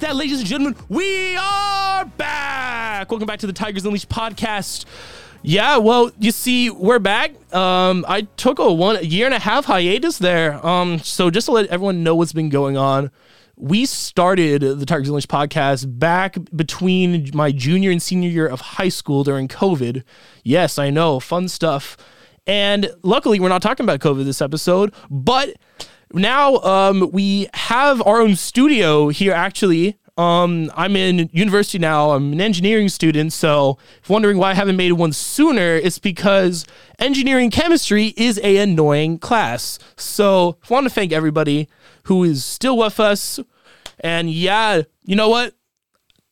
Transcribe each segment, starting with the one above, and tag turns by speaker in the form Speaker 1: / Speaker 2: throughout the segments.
Speaker 1: that, ladies and gentlemen, we are back. Welcome back to the Tigers Unleashed podcast. Yeah, well, you see, we're back. Um, I took a one a year and a half hiatus there. Um, so just to let everyone know what's been going on, we started the Tigers Unleashed podcast back between my junior and senior year of high school during COVID. Yes, I know, fun stuff. And luckily, we're not talking about COVID this episode, but now um, we have our own studio here, actually. Um, I'm in university now. I'm an engineering student. So if wondering why I haven't made one sooner, it's because engineering chemistry is a annoying class. So I want to thank everybody who is still with us. And yeah, you know what?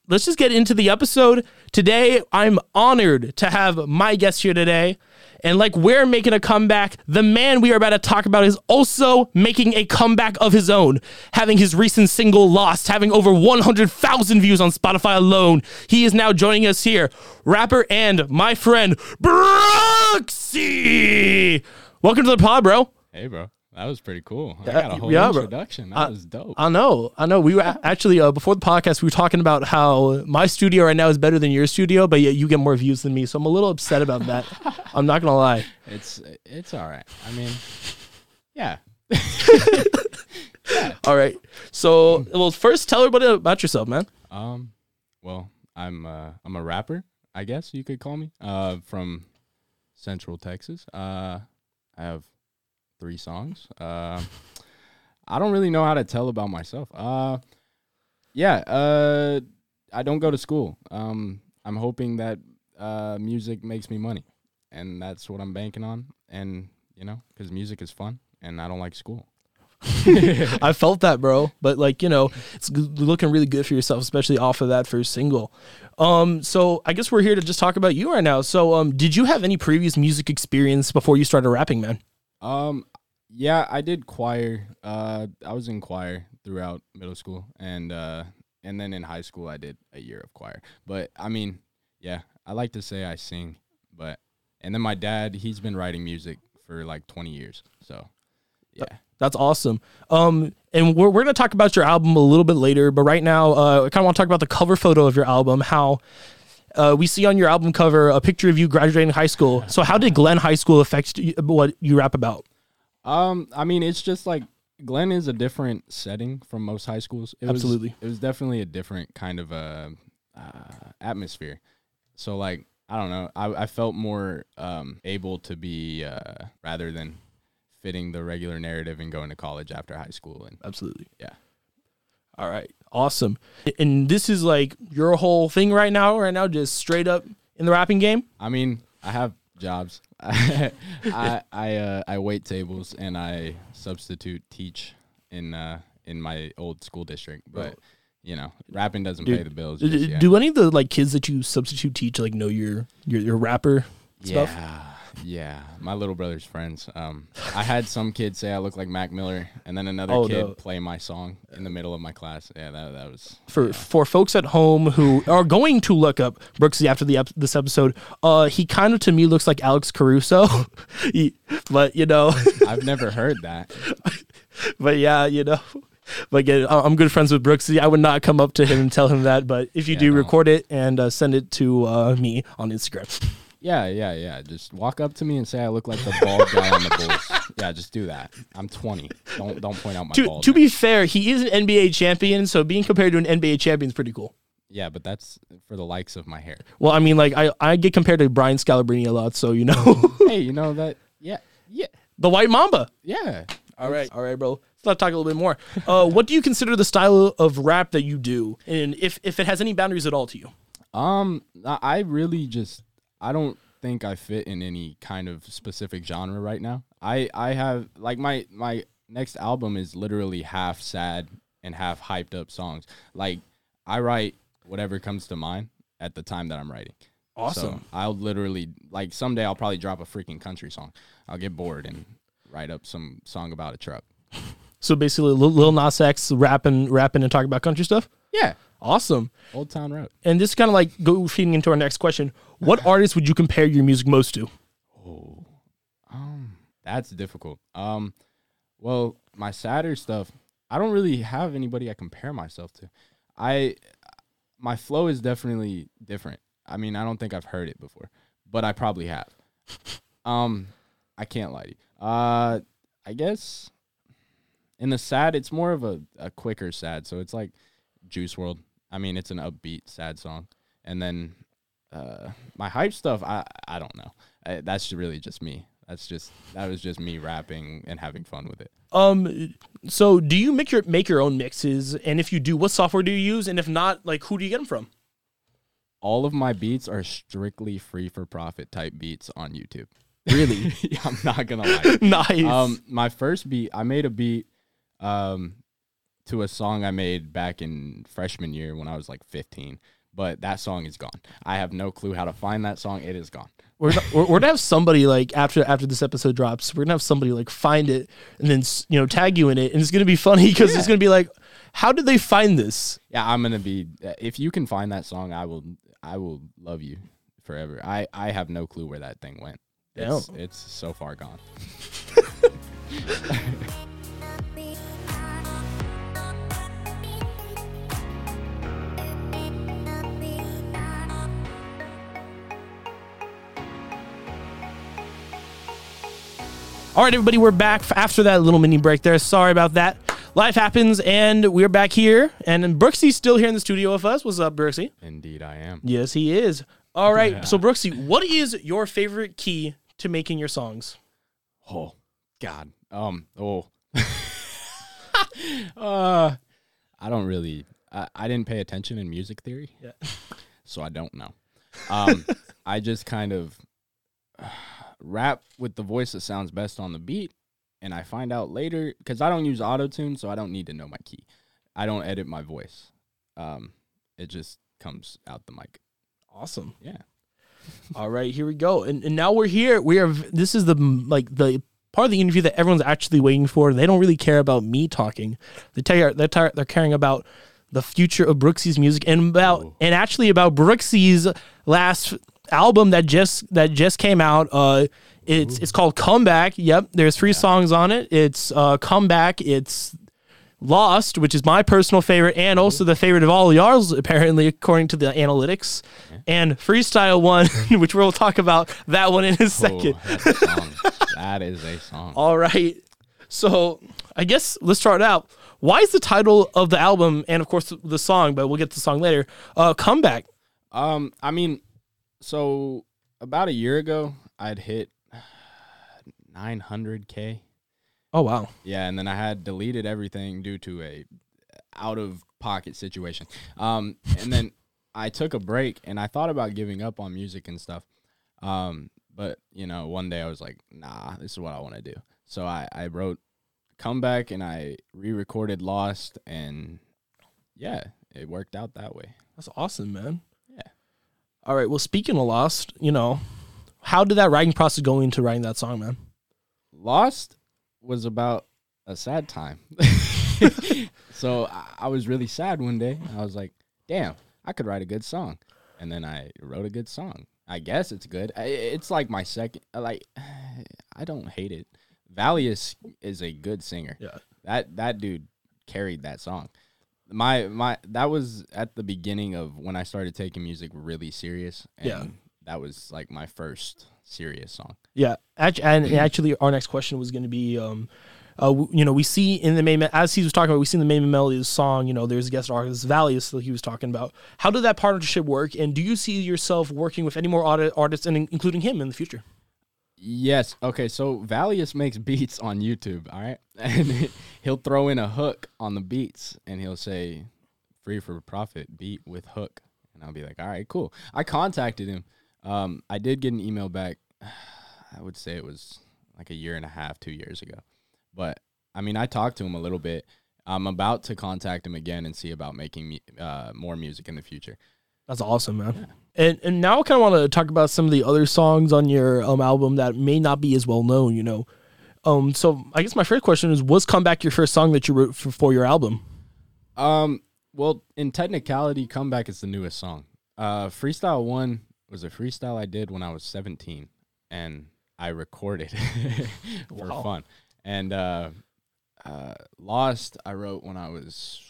Speaker 1: let's just get into the episode. Today, I'm honored to have my guest here today. And like we're making a comeback, the man we are about to talk about is also making a comeback of his own, having his recent single Lost, having over 100,000 views on Spotify alone. He is now joining us here, rapper and my friend, Brooksy. Welcome to the pod, bro.
Speaker 2: Hey, bro. That was pretty cool. I got a whole
Speaker 1: yeah, bro.
Speaker 2: introduction. That was dope.
Speaker 1: I know, I know. We were a- actually uh, before the podcast, we were talking about how my studio right now is better than your studio, but yet you get more views than me. So I'm a little upset about that. I'm not gonna lie.
Speaker 2: it's it's all right. I mean, yeah.
Speaker 1: All right, so well, first tell everybody about yourself, man.
Speaker 2: Um, well, I'm uh, I'm a rapper, I guess you could call me. Uh, from Central Texas. Uh, I have three songs. Uh, I don't really know how to tell about myself. Uh, yeah. Uh, I don't go to school. Um, I'm hoping that uh music makes me money, and that's what I'm banking on. And you know, because music is fun, and I don't like school.
Speaker 1: I felt that, bro. But like you know, it's g- looking really good for yourself, especially off of that first single. Um, so I guess we're here to just talk about you right now. So, um, did you have any previous music experience before you started rapping, man?
Speaker 2: Um, yeah, I did choir. Uh, I was in choir throughout middle school, and uh, and then in high school, I did a year of choir. But I mean, yeah, I like to say I sing, but and then my dad, he's been writing music for like twenty years, so yeah.
Speaker 1: That's awesome. Um, and we're, we're going to talk about your album a little bit later, but right now, uh, I kind of want to talk about the cover photo of your album. How uh, we see on your album cover a picture of you graduating high school. So, how did Glenn High School affect you, what you rap about?
Speaker 2: Um, I mean, it's just like Glenn is a different setting from most high schools. It
Speaker 1: Absolutely.
Speaker 2: was, it was definitely a different kind of uh, uh, atmosphere. So like, I don't know, I, I felt more um, able to be uh, rather than fitting the regular narrative and going to college after high school. And
Speaker 1: Absolutely.
Speaker 2: yeah,
Speaker 1: All right. Awesome. And this is like your whole thing right now, right now, just straight up in the rapping game.
Speaker 2: I mean, I have jobs. I I uh, I wait tables and I substitute teach in uh, in my old school district, but. You know, rapping doesn't pay the bills.
Speaker 1: D-
Speaker 2: just
Speaker 1: d-
Speaker 2: yet.
Speaker 1: Do any of the like kids that you substitute teach like know your your, your rapper stuff?
Speaker 2: Yeah, yeah. My little brother's friends. Um, I had some kid say I look like Mac Miller, and then another
Speaker 1: Oh,
Speaker 2: kid
Speaker 1: no.
Speaker 2: play my song in the middle of my class. Yeah, that that was.
Speaker 1: for for folks at home who are going to look up Brooksy after the ep- this episode, uh, he kind of to me looks like Alex Caruso, He- but you know,
Speaker 2: I've never heard that.
Speaker 1: but yeah, you know, but again, I- I'm good friends with Brooksy. I would not come up to him and tell him that, but if you do,
Speaker 2: no.
Speaker 1: record it and uh, send it to uh, me on Instagram.
Speaker 2: Yeah, yeah, yeah. Just walk up to me and say I look like the bald guy on the Bulls. Yeah, just do that. I'm 20. Don't don't point out my
Speaker 1: To,
Speaker 2: bald.
Speaker 1: to be fair, he is an NBA champion, so being compared to an NBA champion is pretty cool.
Speaker 2: yeah, but that's for the likes of my hair.
Speaker 1: Well, I mean, like I, I get compared to Brian Scalabrine a lot, so you know,
Speaker 2: hey, you know that? Yeah, yeah,
Speaker 1: the White Mamba.
Speaker 2: yeah.
Speaker 1: All right, all right, bro. Let's talk a little bit more. Uh, what do you consider the style of rap that you do, and if if it has any boundaries at all to you?
Speaker 2: Um, I I really just I don't think I fit in any kind of specific genre right now. I I have like my my next album is literally half sad and half hyped up songs. Like I write whatever comes to mind at the time that I'm writing. So
Speaker 1: Awesome.
Speaker 2: I'll literally like someday I'll probably drop a freaking country song. I'll get bored and write up some song about a truck.
Speaker 1: So basically, Lil Lil Nas X rapping, rapping, and talking about country stuff.
Speaker 2: Yeah,
Speaker 1: Awesome.
Speaker 2: Old Town Road.
Speaker 1: And this kind of like go feeding into our next question. What artists would you compare your music most to?
Speaker 2: Oh, um, that's difficult. Um, well, my sadder stuff, I don't really have anybody I compare myself to. I my flow is definitely different. I mean, I don't think I've heard it before, but I probably have. Um, I can't lie to you. Uh, I guess in the sad, it's more of a, a quicker sad. So it's like Juice World. I mean, it's an upbeat sad song. And then uh, my hype stuff, I I don't know. I, that's really just me. That's just that was just me rapping and having fun with it.
Speaker 1: Um, so do you make your make your own mixes? And if you do, what software do you use? And if not, like who do you get them from?
Speaker 2: All of my beats are strictly free for profit type beats on YouTube.
Speaker 1: Really?
Speaker 2: Yeah, I'm not gonna lie.
Speaker 1: nice.
Speaker 2: Um, my first beat, I made a beat, um, to a song I made back in freshman year when I was like 15. But that song is gone. I have no clue how to find that song. It is gone.
Speaker 1: we're, gonna- we're, we're gonna have somebody like after after this episode drops, we're gonna have somebody like find it and then s- you know tag you in it, and it's gonna be funny because it's gonna be like, how did they find this?
Speaker 2: Yeah, I'm gonna be. If you can find that song, I will. I will love you forever. I I have no clue where that thing went. It's, it's so far gone.
Speaker 1: All right, everybody, we're back f- after that little mini break there. Sorry about that. Life happens, and we're back here. And then Brooksy's still here in the studio with us. What's up, Brooksy?
Speaker 2: Indeed, I am.
Speaker 1: Yes, he is. All right, so Brooksy, what is your favorite key to making your songs?
Speaker 2: Oh God. Um. Oh. uh, I don't really. I, I didn't pay attention in music theory.
Speaker 1: Yeah.
Speaker 2: So I don't know. Um, I just kind of rap with the voice that sounds best on the beat, and I find out later because I don't use auto tune, so I don't need to know my key. I don't edit my voice. Um, it just comes out the mic.
Speaker 1: Awesome.
Speaker 2: Yeah.
Speaker 1: All right, here we go. And, and now we're here. We are. This is the mm, like the part of the interview that everyone's actually waiting for. They don't really care about me talking. They tell they're tar- they're caring about the future of Brooksy's music and about and actually about Brooksy's last album that just that just came out. Uh, it's it's called Comeback. Yep, there's three songs on it. It's uh, Comeback. It's Lost, which is my personal favorite and also the favorite of all y'all's, apparently, according to the analytics, and Freestyle One, which we'll talk about that one in a
Speaker 2: Oh,
Speaker 1: second.
Speaker 2: that's a song. that is a song.
Speaker 1: All right. So I guess let's start out. Why is the title of the album and, of course, the song, but we'll get to the song later, uh, Comeback?
Speaker 2: Um, I mean, so about a year ago, I'd hit 900k.
Speaker 1: Oh, wow.
Speaker 2: Yeah, and then I had deleted everything due to a out of pocket situation. Um, and then I took a break, and I thought about giving up on music and stuff. Um, but you know, one day I was like, nah, this is what I want to do. So I I wrote comeback, and I re-recorded Lost, and yeah, it worked out that way.
Speaker 1: That's awesome, man.
Speaker 2: Yeah.
Speaker 1: All right. Well, speaking of Lost, you know, how did that writing process go into writing that song, man?
Speaker 2: Lost was about a sad time. so I, I was really sad one day. I was like, damn, I could write a good song. And then I wrote a good song. I guess it's good. I, it's like my second, like, I don't hate it. Valley is, is a good singer.
Speaker 1: Yeah.
Speaker 2: That, that dude carried that song. My, my, that was at the beginning of when I started taking music really serious. And
Speaker 1: Yeah.
Speaker 2: That was like my first serious song.
Speaker 1: Yeah, act- and and actually, our next question was going to be, um, uh, w- you know, we see in the main me- as he was talking about, we see in the main melody of the song, you know, there's guest artist Valius that he was talking about. How did that partnership work, and do you see yourself working with any more audit- artists, and in- including him in the future?
Speaker 2: Yes. Okay. So Valius makes beats on YouTube. All right, and he'll throw in a hook on the beats, and he'll say, "Free for profit beat with hook," and I'll be like, "All right, cool." I contacted him. Um, I did get an email back. I would say it was like a year and a half, two years ago, but I mean, I talked to him a little bit. I'm about to contact him again and see about making mu- uh, more music in the future.
Speaker 1: That's awesome, man. And and now I kind of want to talk about some of the other songs on your um album that may not be as well known, you know. Um, so I guess my first question is, was "Comeback" your first song that you wrote for, for your album?
Speaker 2: Um, well, in technicality, comeback is the newest song. Uh, freestyle one was a freestyle I did when I was seventeen, and I recorded for
Speaker 1: Wow.
Speaker 2: fun. And uh, uh, lost I wrote when I was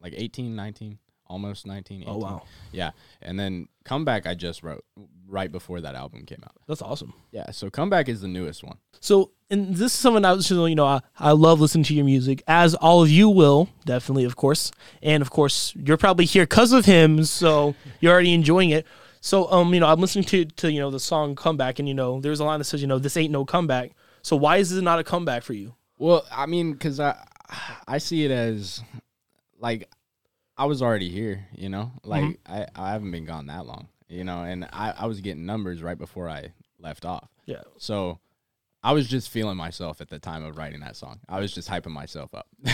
Speaker 2: like 18, 19, almost 19. 18.
Speaker 1: Oh wow,
Speaker 2: Yeah. And then Comeback I just wrote right before that album came out.
Speaker 1: that's awesome.
Speaker 2: Yeah. So Comeback is the newest one.
Speaker 1: So, and this is someone I was, just, you know, I, I love listening to your music, as all of you will, definitely, of course. And of course, you're probably here because of him, so you're already enjoying it. So, um, you know, I'm listening to, to, you know, the song Comeback, and, you know, there's a line that says, you know, this ain't no comeback. So, why is this not a comeback for you?
Speaker 2: Well, I mean, because I, I see it as like I was already here, you know? Like I, I haven't been gone that long, you know? And I, I was getting numbers right before I left off.
Speaker 1: Yeah.
Speaker 2: So I was just feeling myself at the time of writing that song. I was just hyping myself up.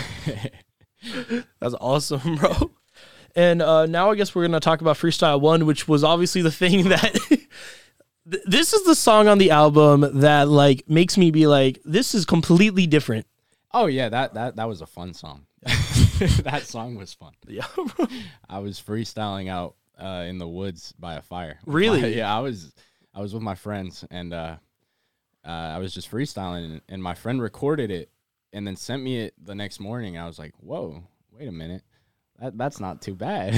Speaker 1: That's awesome, bro. And uh, now I guess we're gonna talk about Freestyle One, which was obviously the thing that. Th- this is the song on the album that like makes me be like, this is completely different.
Speaker 2: oh yeah, that that that was a fun song. that song was fun.
Speaker 1: Yeah,
Speaker 2: I was freestyling out uh, in the woods by a fire. With
Speaker 1: Really?
Speaker 2: my- yeah, I was I was with my friends and uh, uh, I was just freestyling and, and my friend recorded it and then sent me it the next morning. I was like, "Whoa, wait a minute." That, that's not too bad.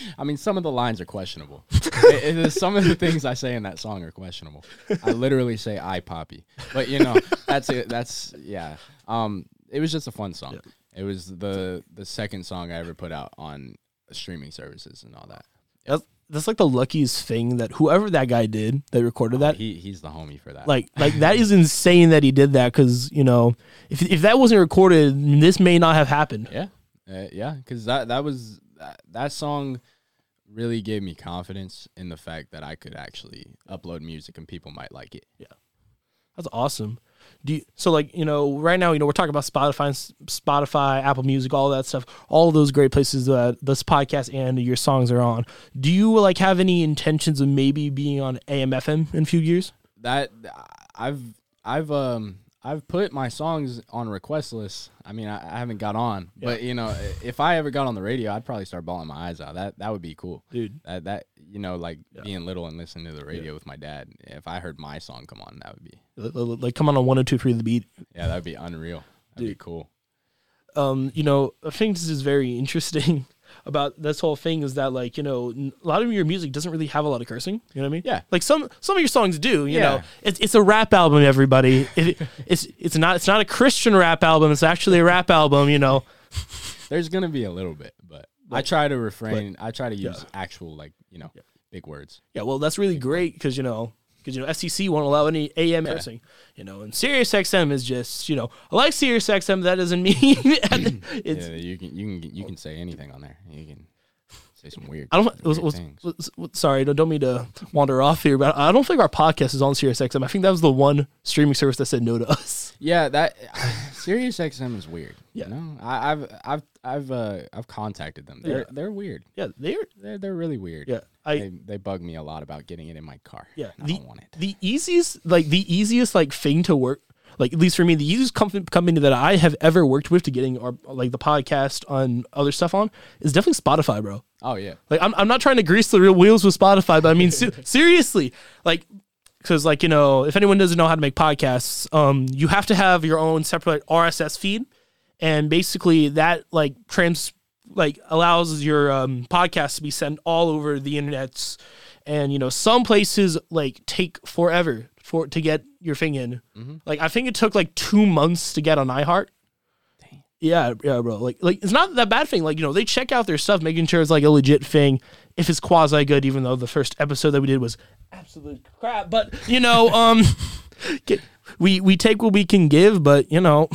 Speaker 2: I mean, some of the lines are questionable. It- it- some of the things I say in that song are questionable. I literally say "I poppy," but you know, that's it. That's yeah. Um, it was just a fun song. It was the the second song I ever put out on streaming services and all that.
Speaker 1: that's, that's like the luckiest thing that whoever that guy did that recorded that.
Speaker 2: He he's the homie for that.
Speaker 1: Like, like that is insane that he did that because you know, if if that wasn't recorded, this may not have happened.
Speaker 2: yeah, uh, yeah, because that that was that, that song really gave me confidence in the fact that I could actually upload music and people might like it.
Speaker 1: That's awesome. Do you, so like you know right now you know we're talking about Spotify, Spotify, Apple Music, all that stuff, all those great places that this podcast and your songs are on. Do you like have any intentions of maybe being on AM/FM in a few years?
Speaker 2: That I've I've um. I've put my songs on request lists. I mean, I, I haven't got on, but you know, if I ever got on the radio, I'd probably start bawling my eyes out. That that would be cool.
Speaker 1: Dude,
Speaker 2: That that you know, like being little and listening to the radio with my dad. If I heard my song come on, that would be
Speaker 1: l- l- like come on on one or two three the beat.
Speaker 2: yeah, that'd be unreal. That'd be cool.
Speaker 1: um, you know, I think this is very interesting about this whole thing is that like you know n- a lot of your music doesn't really have a lot of cursing. You know what I mean?
Speaker 2: Yeah.
Speaker 1: Like some some of your songs do. You know,
Speaker 2: Yeah.
Speaker 1: it's it's a rap album. Everybody, it, it's it's not it's not a Christian rap album. It's actually a rap album. You know.
Speaker 2: There's gonna be a little bit, but I try to refrain. I try to use actual like you know big words.
Speaker 1: Yeah. Well, that's really great because you know. Because you know SEC won't allow any AM cursing, you know, and Sirius XM is just you know I like Sirius XM. That doesn't mean it's
Speaker 2: Yeah, you can you can you can say anything on there. You can say some weird.
Speaker 1: I don't.
Speaker 2: weird
Speaker 1: Was, was,
Speaker 2: things.
Speaker 1: was- was- sorry, don't, don't mean to wander off here, but I don't think our podcast is on SiriusXM. I think that was the one streaming service that said no to us.
Speaker 2: yeah, that Sirius XM is weird.
Speaker 1: Yeah.
Speaker 2: You know, I, I've I've I've uh, I've contacted them. They're
Speaker 1: Yeah.
Speaker 2: they're weird.
Speaker 1: Yeah, they're
Speaker 2: They're they're really weird.
Speaker 1: yeah. I
Speaker 2: they, they bug me a lot about getting it in my car.
Speaker 1: yeah.
Speaker 2: I
Speaker 1: The,
Speaker 2: don't want it.
Speaker 1: the easiest like the easiest like thing to work like at least for me the easiest company, company that I have ever worked with to getting our like the podcast on other stuff on is definitely Spotify, bro.
Speaker 2: Oh yeah.
Speaker 1: Like I'm, I'm not trying to grease the real wheels with Spotify, but I mean se- seriously, like because like you know if anyone doesn't know how to make podcasts, um, you have to have your own separate RSS feed, and basically that like trans like allows your um, podcast to be sent all over the internets, and you know some places like take forever for to get your thing in. Like I think it took like two months to get on iHeart. Yeah, yeah, bro. Like, like it's not that bad thing. Like, you know, they check out their stuff, making sure it's like a legit thing. If it's quasi good, even though the first episode that we did was absolute crap, but you know, um, get, we we take what we can give, but you know,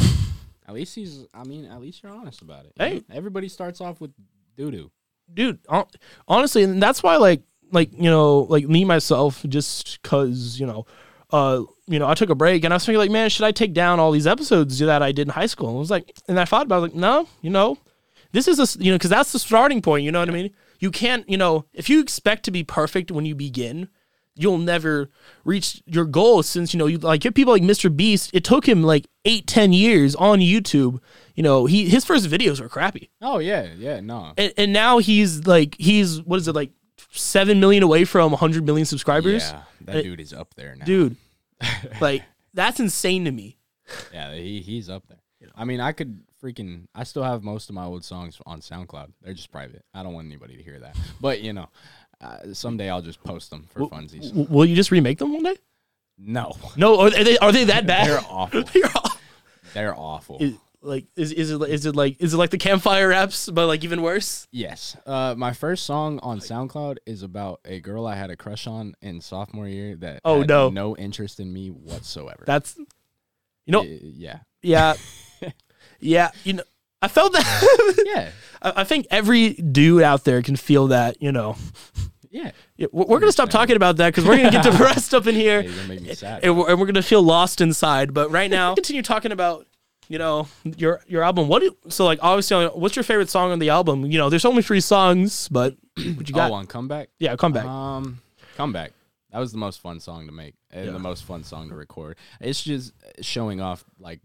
Speaker 2: At least he's. I mean, at least you're honest about it.
Speaker 1: Hey.
Speaker 2: everybody starts off with doo doo.
Speaker 1: dude, hon- honestly, and that's why, like, like you know, like me myself, just cause you know, uh, you know, I took a break and I was thinking, like, man, should I take down all these episodes that I did in high school? And I was like, and I thought about, it, I was like, no, you know, this is a, s- you know, because that's the starting point. You know what I mean? You can't, you know, if you expect to be perfect when you begin, you'll never reach your goal since you know you like you have people like mr beast it took him like eight ten years on youtube you know he his first videos were crappy
Speaker 2: Oh yeah, yeah, no.
Speaker 1: and, and now he's like he's what is it like seven million away from 100 million subscribers
Speaker 2: Yeah, that
Speaker 1: Uh,
Speaker 2: dude is up there now.
Speaker 1: dude like that's insane to me
Speaker 2: Yeah, he, he's up there. I mean, I could freaking I still have most of my old songs on SoundCloud. They're just private. I don't want anybody to hear that. But you know, uh, someday I'll just post them for funsies.
Speaker 1: W- will you just remake them one day?
Speaker 2: No,
Speaker 1: No, are they are they that bad?
Speaker 2: they're awful.
Speaker 1: They're all-
Speaker 2: They're awful.
Speaker 1: is, like is is it is it like is it like the campfire raps, but like even worse?
Speaker 2: Yes. Uh, my first song on SoundCloud is about a girl I had a crush on in sophomore year that
Speaker 1: Oh,
Speaker 2: had
Speaker 1: no.
Speaker 2: no interest in me whatsoever.
Speaker 1: That's you know
Speaker 2: Y- yeah,
Speaker 1: yeah yeah you know I felt that
Speaker 2: yeah,
Speaker 1: I, I think every dude out there can feel that you know
Speaker 2: yeah.
Speaker 1: Yeah, we're, we're gonna stop talking about that because we're gonna get depressed up in here
Speaker 2: It's gonna make me sad.
Speaker 1: and we're, and we're gonna feel lost inside. But right now, continue talking about you know your your album. What do, so like obviously, uh, what's your favorite song on the album? You know, there's only three songs, but what you got?
Speaker 2: oh, on comeback.
Speaker 1: yeah, come back.
Speaker 2: Um, comeback. That was the most fun song to make and
Speaker 1: Yeah.
Speaker 2: the most fun song to record. It's just uh, showing off, like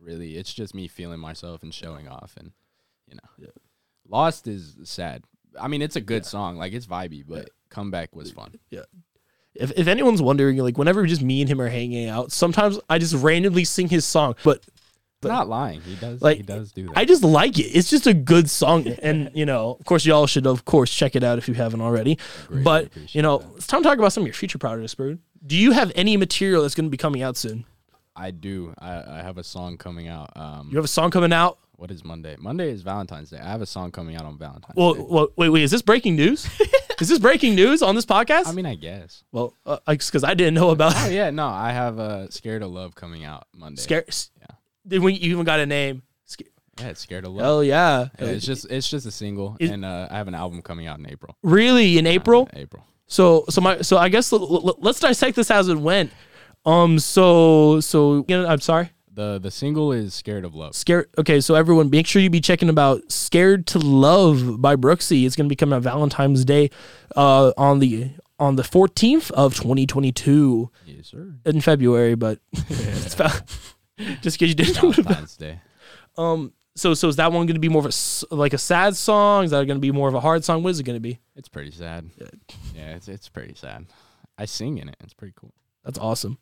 Speaker 2: really. It's just me feeling myself and showing off, and you know, lost is sad. I mean, it's a good song, like it's vibey, but comeback was fun.
Speaker 1: if, if anyone's wondering, like whenever just me and him are hanging out, sometimes I just randomly sing his song, but But-
Speaker 2: not lying. He does.
Speaker 1: like,
Speaker 2: he does do that.
Speaker 1: I just like it. It's just a good song, and you know, of course, y'all should of course check it out if you haven't already.
Speaker 2: Greatly
Speaker 1: but
Speaker 2: appreciate
Speaker 1: you know, it's time to talk about some of your future projects, bro. Do you have any material that's going to be coming out soon?
Speaker 2: I do. I, I have a song coming out. Um,
Speaker 1: You have a song coming out.
Speaker 2: what is Monday? Monday is Valentine's Day. I have a song coming out on Valentine's.
Speaker 1: Well,
Speaker 2: Day.
Speaker 1: well wait, wait. Is this breaking news? is this breaking news on this podcast?
Speaker 2: I mean, I guess.
Speaker 1: well, because I didn't know about
Speaker 2: Oh
Speaker 1: it.
Speaker 2: yeah, no, I have uh, Scared of Love coming out Monday.
Speaker 1: Scares.
Speaker 2: Yeah.
Speaker 1: Then when you even got a name. Sca-
Speaker 2: Yeah, it's Scared of Love.
Speaker 1: Hell yeah.
Speaker 2: Yeah, it's just it's just a single,
Speaker 1: Is-
Speaker 2: and uh, I have an album coming out in April.
Speaker 1: Really, in April.
Speaker 2: April.
Speaker 1: So so my so I guess l- l- let's dissect this as it went. Um. So so you know, I'm sorry.
Speaker 2: The the single is Scared of Love.
Speaker 1: Scared. Okay. So everyone, make sure you be checking about "Scared to Love" by Brooksy. It's gonna be coming out Valentine's Day, uh, on the on the 14th of 2022
Speaker 2: Yes, sir.
Speaker 1: in February. But it's val- just because you didn't know.
Speaker 2: Valentine's Day.
Speaker 1: Um. So so is that one gonna be more of a s- like a sad song? Is that gonna be more of a hard song? What is it gonna be?
Speaker 2: It's pretty sad. Yeah, it's it's pretty sad. I sing in it. It's pretty cool.
Speaker 1: That's awesome.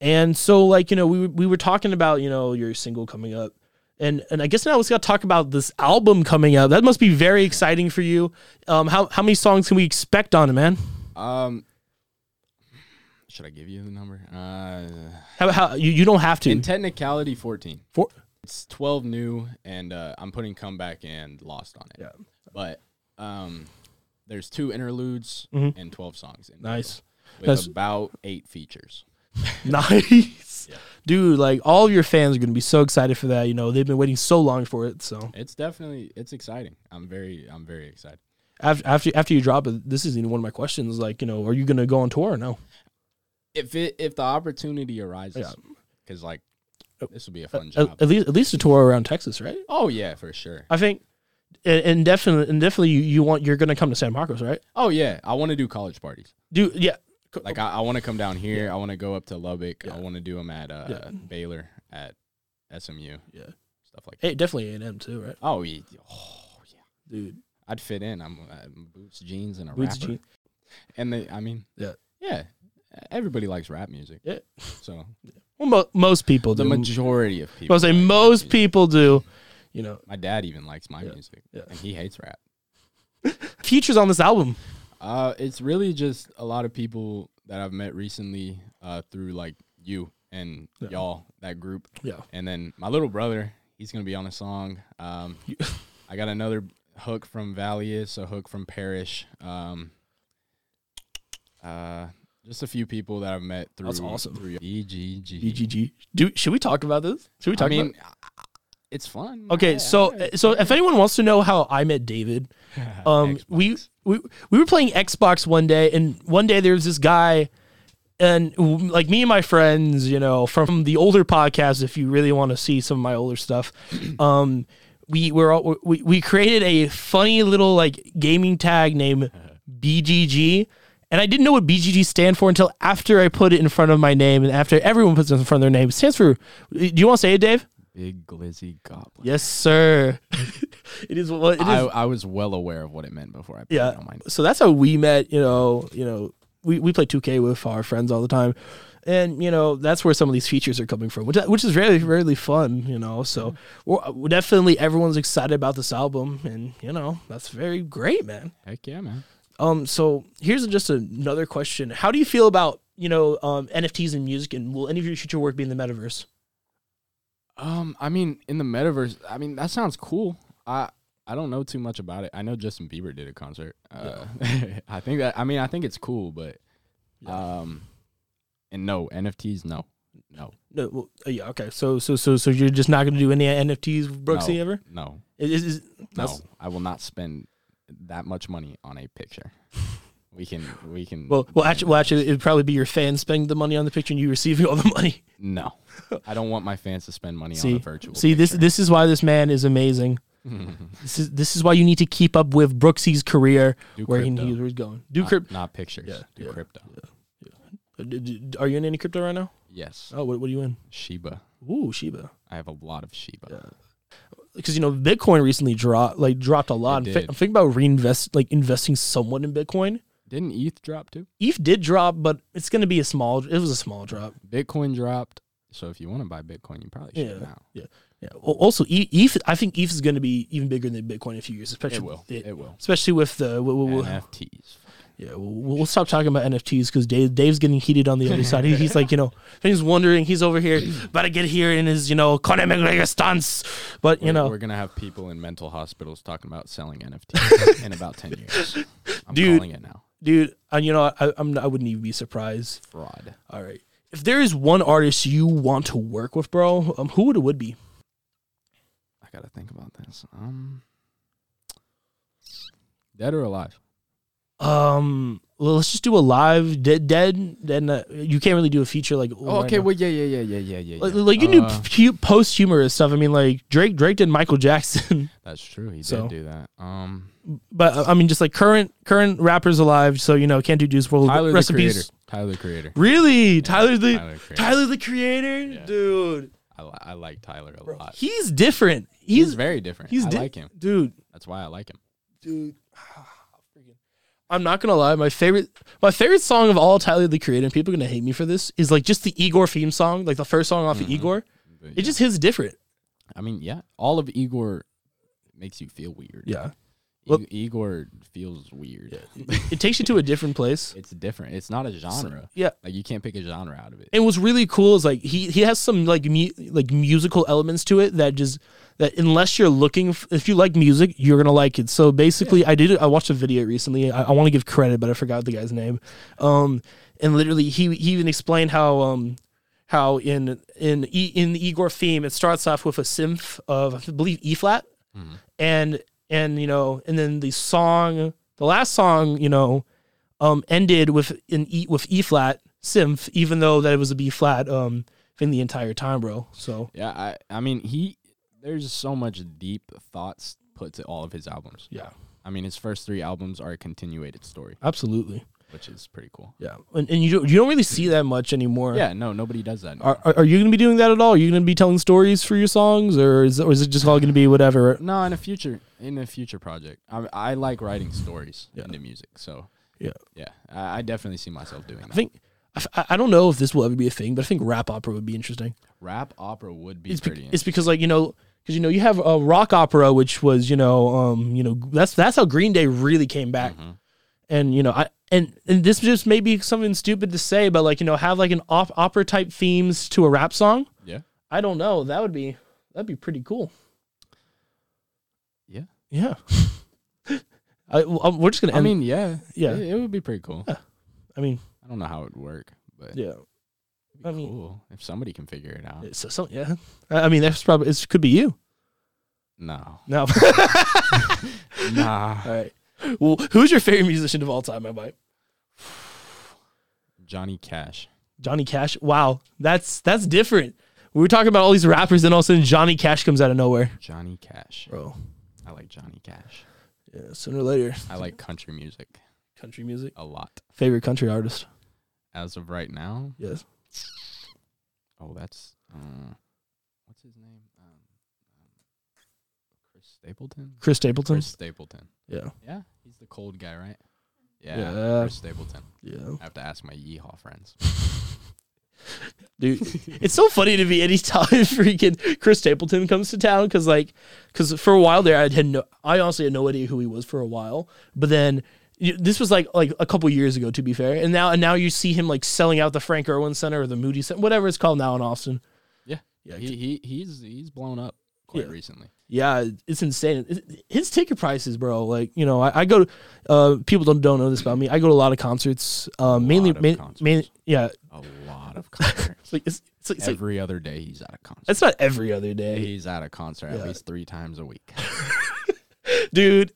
Speaker 1: and so, like you know, we were- we were talking about you know your single coming up, and and I guess now let's got to talk about this album coming up. That must be very exciting for you. Um, how how many songs can we expect on it, man?
Speaker 2: Um, should I give you the number? Uh,
Speaker 1: How how you, you don't have to.
Speaker 2: in technicality, fourteen.
Speaker 1: Four-
Speaker 2: It's twelve new, and uh, I'm putting comeback and lost on it.
Speaker 1: Yeah.
Speaker 2: But um, there's two interludes
Speaker 1: Mhm.
Speaker 2: and twelve songs. In
Speaker 1: Nice.
Speaker 2: total, With
Speaker 1: That's-
Speaker 2: about eight features.
Speaker 1: nice.
Speaker 2: Yeah.
Speaker 1: Dude, like all of your fans are gonna be so excited for that. You know, they've been waiting so long for it. So
Speaker 2: It's definitely it's exciting. I'm very I'm very excited.
Speaker 1: after after after you drop it, this is even one of my questions. Like, you know, are you gonna go on tour or no?
Speaker 2: If it if the opportunity arises, because like
Speaker 1: Uh,
Speaker 2: this would be a
Speaker 1: At,
Speaker 2: fun job.
Speaker 1: at least at least a tour around Texas, right?
Speaker 2: oh yeah, for sure.
Speaker 1: I think, and, and definitely, and definitely, you, you want you're gonna come to San Marcos, right?
Speaker 2: Oh yeah, I want to do college parties.
Speaker 1: Dude, yeah, Co-
Speaker 2: Like I, I want to come down here. I want to go up to Lubbock.
Speaker 1: Yeah.
Speaker 2: I want to do them at uh,
Speaker 1: Yeah.
Speaker 2: Baylor, at SMU.
Speaker 1: Yeah.
Speaker 2: stuff like. that.
Speaker 1: hey, definitely A and M too, right?
Speaker 2: Oh, yeah. oh yeah,
Speaker 1: Dude,
Speaker 2: I'd fit in. I'm, i boots, jeans, and a
Speaker 1: Boots,
Speaker 2: rapper.
Speaker 1: jeans.
Speaker 2: And they, I mean,
Speaker 1: Yeah.
Speaker 2: yeah. Everybody likes rap music.
Speaker 1: Yeah.
Speaker 2: So
Speaker 1: well, mo- most people
Speaker 2: the
Speaker 1: do.
Speaker 2: majority of
Speaker 1: I
Speaker 2: people.
Speaker 1: was say
Speaker 2: like rap
Speaker 1: most
Speaker 2: music.
Speaker 1: people do. You know,
Speaker 2: My dad even likes my music,
Speaker 1: yeah.
Speaker 2: and he hates rap.
Speaker 1: features on this album.
Speaker 2: Uh, it's really just a lot of people that I've met recently uh, through like you and
Speaker 1: Yeah.
Speaker 2: y'all that group,
Speaker 1: Yeah,
Speaker 2: and then my little brother. He's gonna be on a song. Um,
Speaker 1: You-
Speaker 2: I got another hook from Valius, a hook from Parrish. Um, uh, just a few people that I've met through.
Speaker 1: That's awesome.
Speaker 2: Through BGG.
Speaker 1: BGG. Do should we talk about this? Should we
Speaker 2: I
Speaker 1: talk?
Speaker 2: mean,
Speaker 1: about
Speaker 2: it's fun.
Speaker 1: Okay,
Speaker 2: I-
Speaker 1: so
Speaker 2: I-
Speaker 1: so if anyone wants to know how I met David, um, we
Speaker 2: Xbox.
Speaker 1: we we were playing Xbox one day, and one day there was this guy, and w- like me and my friends, you know, from the older podcast. If you really want to see some of my older stuff, um, we were all, we we created a funny little like gaming tag named BGG. And I didn't know what BGG stand for until after I put it in front of my name, and after everyone puts it in front of their name, it stands for. Do you want to say it, Dave?
Speaker 2: big glizzy goblin.
Speaker 1: Yes, sir. it is what it is.
Speaker 2: I, I was well aware of what it meant before I put
Speaker 1: Yeah.
Speaker 2: it on mine.
Speaker 1: so that's how we met. You know, you know, we, we play 2K with our friends all the time. And, you know, that's where some of these features are coming from, which, which is really, really fun, you know. So we're, we're definitely everyone's excited about this album. And, you know, that's very great, man.
Speaker 2: Heck yeah, man.
Speaker 1: Um, so here's just another question. How do you feel about, you know, um, NFTs and music and will any of your future work be in the metaverse?
Speaker 2: Um, I mean, in the metaverse, I mean that sounds cool. I I don't know too much about it. I know Justin Bieber did a concert. Uh, I think that I mean I think it's cool, but um, and no NFTs, no, no,
Speaker 1: No, well, uh, yeah, okay. So, so, so, so you're just not going to do any NFTs, Brooksy,
Speaker 2: no,
Speaker 1: ever?
Speaker 2: No,
Speaker 1: Is, is, is,
Speaker 2: no,
Speaker 1: that's-
Speaker 2: I will not spend that much money on a picture. we can, we can.
Speaker 1: Well, well, actually, well, actually, it'd probably be your fans spending the money on the picture and you receiving all the money.
Speaker 2: no, I don't want my fans to spend money on
Speaker 1: See,
Speaker 2: a virtual.
Speaker 1: see, this, this is why this man is amazing. this is this is why you need to keep up with Brooksy's career,
Speaker 2: Do
Speaker 1: where he
Speaker 2: crypto. Ah.
Speaker 1: he's going. Do
Speaker 2: not,
Speaker 1: crypto?
Speaker 2: not pictures,
Speaker 1: Yeah,
Speaker 2: do
Speaker 1: yeah.
Speaker 2: crypto.
Speaker 1: Are you in any crypto right now?
Speaker 2: Yes,
Speaker 1: Oh, what, what are you in?
Speaker 2: Shiba.
Speaker 1: Ooh, Shiba.
Speaker 2: I have a lot of Shiba.
Speaker 1: Because you know Bitcoin recently dropped, like dropped a lot.
Speaker 2: It
Speaker 1: I'm, thi-
Speaker 2: did.
Speaker 1: I'm thinking about reinvest, like investing somewhat in Bitcoin.
Speaker 2: Didn't ETH drop too?
Speaker 1: ETH did drop, but it's going to be a small. It was a small drop.
Speaker 2: Bitcoin dropped. So if you want to buy Bitcoin, you probably should now.
Speaker 1: Yeah. Yeah. Al- Also, E- ETH. I think ETH is going to be even bigger than Bitcoin in a few years, especially
Speaker 2: It will.
Speaker 1: with
Speaker 2: It,
Speaker 1: the-
Speaker 2: will.
Speaker 1: especially with the. we- we- we-
Speaker 2: NFTs.
Speaker 1: yeah, we'll, we'll stop talking about NFTs because Dave, Dave's getting heated on the other side. He, he's like, you know, he's wondering. He's over here about to get here in his, you know, Conor McGregor stance. But you
Speaker 2: We're-
Speaker 1: know,
Speaker 2: we're gonna have people in mental hospitals talking about selling NFTs in about ten years. I'm
Speaker 1: Dude.
Speaker 2: calling it now.
Speaker 1: dude, and you know, I, I'm I wouldn't even be surprised.
Speaker 2: Fraud.
Speaker 1: All right, if there is one artist you want to work with, bro, um, who would it would be?
Speaker 2: I gotta think about this. Um, dead or alive?
Speaker 1: Um, well, let's just do a live dead, dead. Then uh, you can't really do a feature like.
Speaker 2: Oh,
Speaker 1: right
Speaker 2: okay.
Speaker 1: now.
Speaker 2: Well, yeah, yeah, yeah, yeah, yeah, yeah.
Speaker 1: Like,
Speaker 2: yeah.
Speaker 1: like you do
Speaker 2: Uh,
Speaker 1: pu- post humorous stuff. I mean, like Drake, Drake did Michael Jackson,
Speaker 2: That's true. He
Speaker 1: So.
Speaker 2: did do that. Um,
Speaker 1: but uh, I mean, just like current current rappers alive. So you know, can't do Deuce World.
Speaker 2: Tyler
Speaker 1: rest
Speaker 2: the
Speaker 1: in
Speaker 2: creator.
Speaker 1: peace.
Speaker 2: Tyler the creator.
Speaker 1: Really, Tyler the Tyler,
Speaker 2: Tyler the creator.
Speaker 1: the creator,
Speaker 2: Yeah.
Speaker 1: dude.
Speaker 2: I, li- I like Tyler a
Speaker 1: Bro,
Speaker 2: lot.
Speaker 1: he's different.
Speaker 2: He's,
Speaker 1: He's he's,
Speaker 2: very different. I
Speaker 1: di-
Speaker 2: like him.
Speaker 1: dude,
Speaker 2: That's why I like him.
Speaker 1: dude. Freaking- I'm not gonna lie. My favorite, my favorite song of all Tyler the Creator, and people are gonna hate me for this, is like just the Igor theme song, like the first song
Speaker 2: Mm-hmm.
Speaker 1: off of Igor.
Speaker 2: But
Speaker 1: It just hits different.
Speaker 2: I mean, yeah, all of Igor makes you feel weird.
Speaker 1: Yeah.
Speaker 2: I-
Speaker 1: Well-
Speaker 2: Igor feels weird.
Speaker 1: It takes you to a different place.
Speaker 2: It's different. It's not a genre.
Speaker 1: Yeah.
Speaker 2: Like you can't pick a genre out of it.
Speaker 1: And what's really cool is like he he has some like mu- like musical elements to it that just that unless you're looking f- if you like music you're gonna like it. So basically, I did I watched a video recently. I, I want to give credit, but I forgot the guy's name. Um, and literally he he even explained how um how in in e, in the Igor theme it starts off with a synth of I believe E flat, and and you know and then the song the last song you know um, ended with an E with E flat synth, even though that it was a B flat um, thing the entire time, bro. So
Speaker 2: Yeah, I I mean he there's so much deep thoughts put to all of his albums.
Speaker 1: yeah,
Speaker 2: I mean his first three albums are a continuated story,
Speaker 1: absolutely,
Speaker 2: which is pretty cool.
Speaker 1: yeah. And, and you don't, you don't really see that much anymore.
Speaker 2: Yeah, no, nobody does that. now.
Speaker 1: Are, are, are you going to be doing that at all? Are you going to be telling stories for your songs, or is or is it just all going to be whatever?
Speaker 2: no, in a future in a future project. I I like writing stories
Speaker 1: Yeah.
Speaker 2: into music. So
Speaker 1: Yeah.
Speaker 2: yeah, I, I definitely see myself doing
Speaker 1: I
Speaker 2: that.
Speaker 1: think I f- I don't know if this will ever be a thing, but I think rap opera would be interesting.
Speaker 2: Rap opera would be
Speaker 1: It's
Speaker 2: pretty
Speaker 1: be- it's because like you know. Because you know you have a rock opera, which was you know, um, you know that's that's how Green Day really came back.
Speaker 2: Mhm.
Speaker 1: and you know i and and this just may be something stupid to say but like you know have like an op- opera type themes to a rap song
Speaker 2: Yeah.
Speaker 1: i don't know that would be that'd be pretty cool
Speaker 2: Yeah.
Speaker 1: yeah I, well, um, we're just gonna
Speaker 2: I
Speaker 1: end,
Speaker 2: mean, yeah,
Speaker 1: yeah.
Speaker 2: it, it would be pretty cool.
Speaker 1: I mean
Speaker 2: I don't know how it would work, but
Speaker 1: yeah
Speaker 2: it'd be
Speaker 1: I mean-
Speaker 2: cool if somebody can figure it out.
Speaker 1: so, so yeah i I mean that's probably it could be you
Speaker 2: No,
Speaker 1: no
Speaker 2: nah.
Speaker 1: all right well who's your favorite musician of all time my boy
Speaker 2: Johnny Cash.
Speaker 1: johnny cash wow that's that's different we were talking about all these rappers then all of a sudden johnny cash comes out of nowhere
Speaker 2: Johnny Cash.
Speaker 1: bro
Speaker 2: I like Johnny Cash.
Speaker 1: yeah sooner or later
Speaker 2: I like country music
Speaker 1: country music
Speaker 2: a lot.
Speaker 1: favorite country artist
Speaker 2: As of right now,
Speaker 1: yes
Speaker 2: oh, that's uh, what's his name? Um, um, Chris Stapleton.
Speaker 1: Chris Stapleton.
Speaker 2: Chris Stapleton.
Speaker 1: Yeah.
Speaker 2: Yeah, he's the cold guy, right? Yeah,
Speaker 1: Yeah.
Speaker 2: Chris Stapleton.
Speaker 1: Yeah.
Speaker 2: I have to ask my yeehaw friends.
Speaker 1: Dude, it's so funny to me anytime freaking Chris Stapleton comes to town because like, because for a while there I had no, I honestly had no idea who he was for a while. But then y- this was like like a couple years ago, to be fair. And now and now you see him like selling out the Frank Irwin Center or the Moody Center, whatever it's called now in Austin.
Speaker 2: Yeah,
Speaker 1: Yeah,
Speaker 2: He, he he's he's blown up quite
Speaker 1: Yeah.
Speaker 2: recently.
Speaker 1: Yeah, it's insane. It- His ticket prices, bro. Like you know, I, I go. To, uh, people don't don't know this about me. I go to a lot of concerts. Uh, mainly,
Speaker 2: lot of
Speaker 1: main,
Speaker 2: concerts.
Speaker 1: main- yeah.
Speaker 2: A lot of concerts.
Speaker 1: It's like it's, it's, like, it's like
Speaker 2: Every other day he's at a concert.
Speaker 1: that's not every other day,
Speaker 2: He's at a concert
Speaker 1: Yeah.
Speaker 2: at least three times a week.
Speaker 1: dude.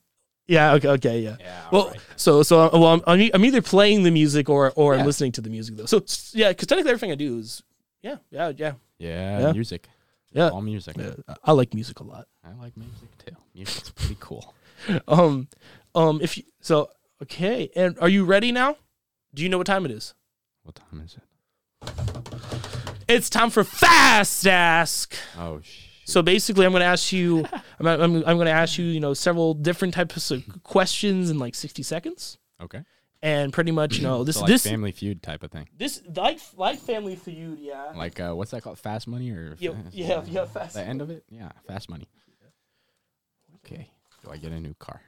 Speaker 1: Yeah. Okay. Okay. Yeah.
Speaker 2: Yeah.
Speaker 1: Well, so so uh, well, I'm, I'm e- I'm either playing the music or or I'm
Speaker 2: Yeah.
Speaker 1: listening to the music though. So s- yeah, because technically everything I do is yeah yeah yeah.
Speaker 2: Yeah,
Speaker 1: Yeah.
Speaker 2: music.
Speaker 1: Yeah.
Speaker 2: All music.
Speaker 1: yeah. I like music a lot.
Speaker 2: I like music too. Music's pretty cool.
Speaker 1: Um um if you, so okay and are you ready now? Do you know what time it is?
Speaker 2: What time is it?
Speaker 1: It's time for fast ask.
Speaker 2: Oh shit.
Speaker 1: So basically, I'm going to ask you, I'm, I'm, I'm going to ask you, you know, several different types of questions in like 60 seconds,
Speaker 2: Okay.
Speaker 1: and pretty much, you know, this
Speaker 2: so like
Speaker 1: this
Speaker 2: family feud type of thing.
Speaker 1: this like like Family Feud, yeah,
Speaker 2: Like uh, what's that called? Fast money or
Speaker 1: yeah,
Speaker 2: fast,
Speaker 1: yeah, yeah, fast.
Speaker 2: The end of it? Yeah, fast money. Okay. Do I get a new car?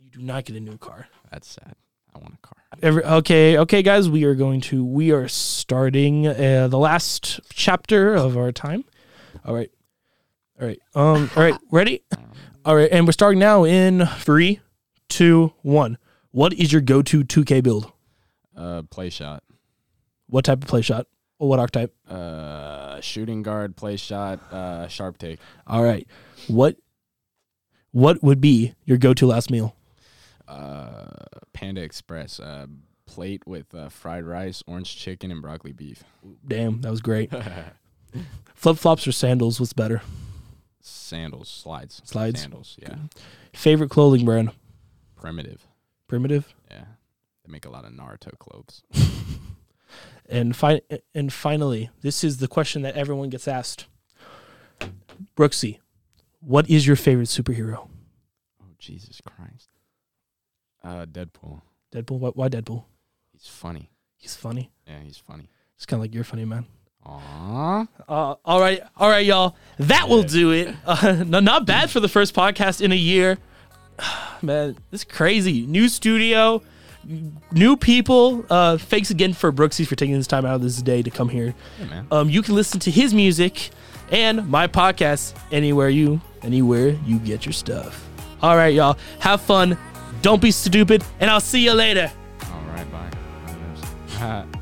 Speaker 1: You do not get a new car.
Speaker 2: That's sad. I want a car.
Speaker 1: Every, okay, okay, guys, we are going to we are starting uh, the last chapter of our time. All right, all right, um, all right, ready? All right, and we're starting now in three, two, one. What is your go-to 2K build?
Speaker 2: Uh, play shot.
Speaker 1: What type of play shot? Or what archetype?
Speaker 2: Uh, shooting guard, play shot, uh, sharp take.
Speaker 1: All right. What what would be your go-to last meal?
Speaker 2: Uh, Panda Express. Uh, plate with uh, fried rice, orange chicken, and broccoli beef.
Speaker 1: Damn, that was great. Flip-flops or sandals, what's better?
Speaker 2: Sandals, slides,
Speaker 1: Slides.
Speaker 2: sandals. Yeah,
Speaker 1: Favorite clothing brand?
Speaker 2: primitive.
Speaker 1: Primitive.
Speaker 2: Yeah, they make a lot of Naruto clothes.
Speaker 1: And fi- and finally, this is the question that everyone gets asked. Brooksy, what is your favorite superhero?
Speaker 2: Oh Jesus Christ! Uh, Deadpool.
Speaker 1: Deadpool. Why, why Deadpool?
Speaker 2: He's funny.
Speaker 1: He's funny.
Speaker 2: Yeah, he's funny.
Speaker 1: It's kind of like you're funny, man.
Speaker 2: Aww.
Speaker 1: Uh, all right, all right, y'all. That will
Speaker 2: Yeah.
Speaker 1: do it. Uh, no, not bad for the first podcast in a year. Man, this is crazy. New studio, new people. Uh, thanks again for Brooksy for taking this time out of this day to come here.
Speaker 2: Hey man.
Speaker 1: Um, you can listen to his music and my podcast anywhere you anywhere you get your stuff. All right, y'all. Have fun. Don't be stupid, and I'll see you later.
Speaker 2: All right, bye. Adios.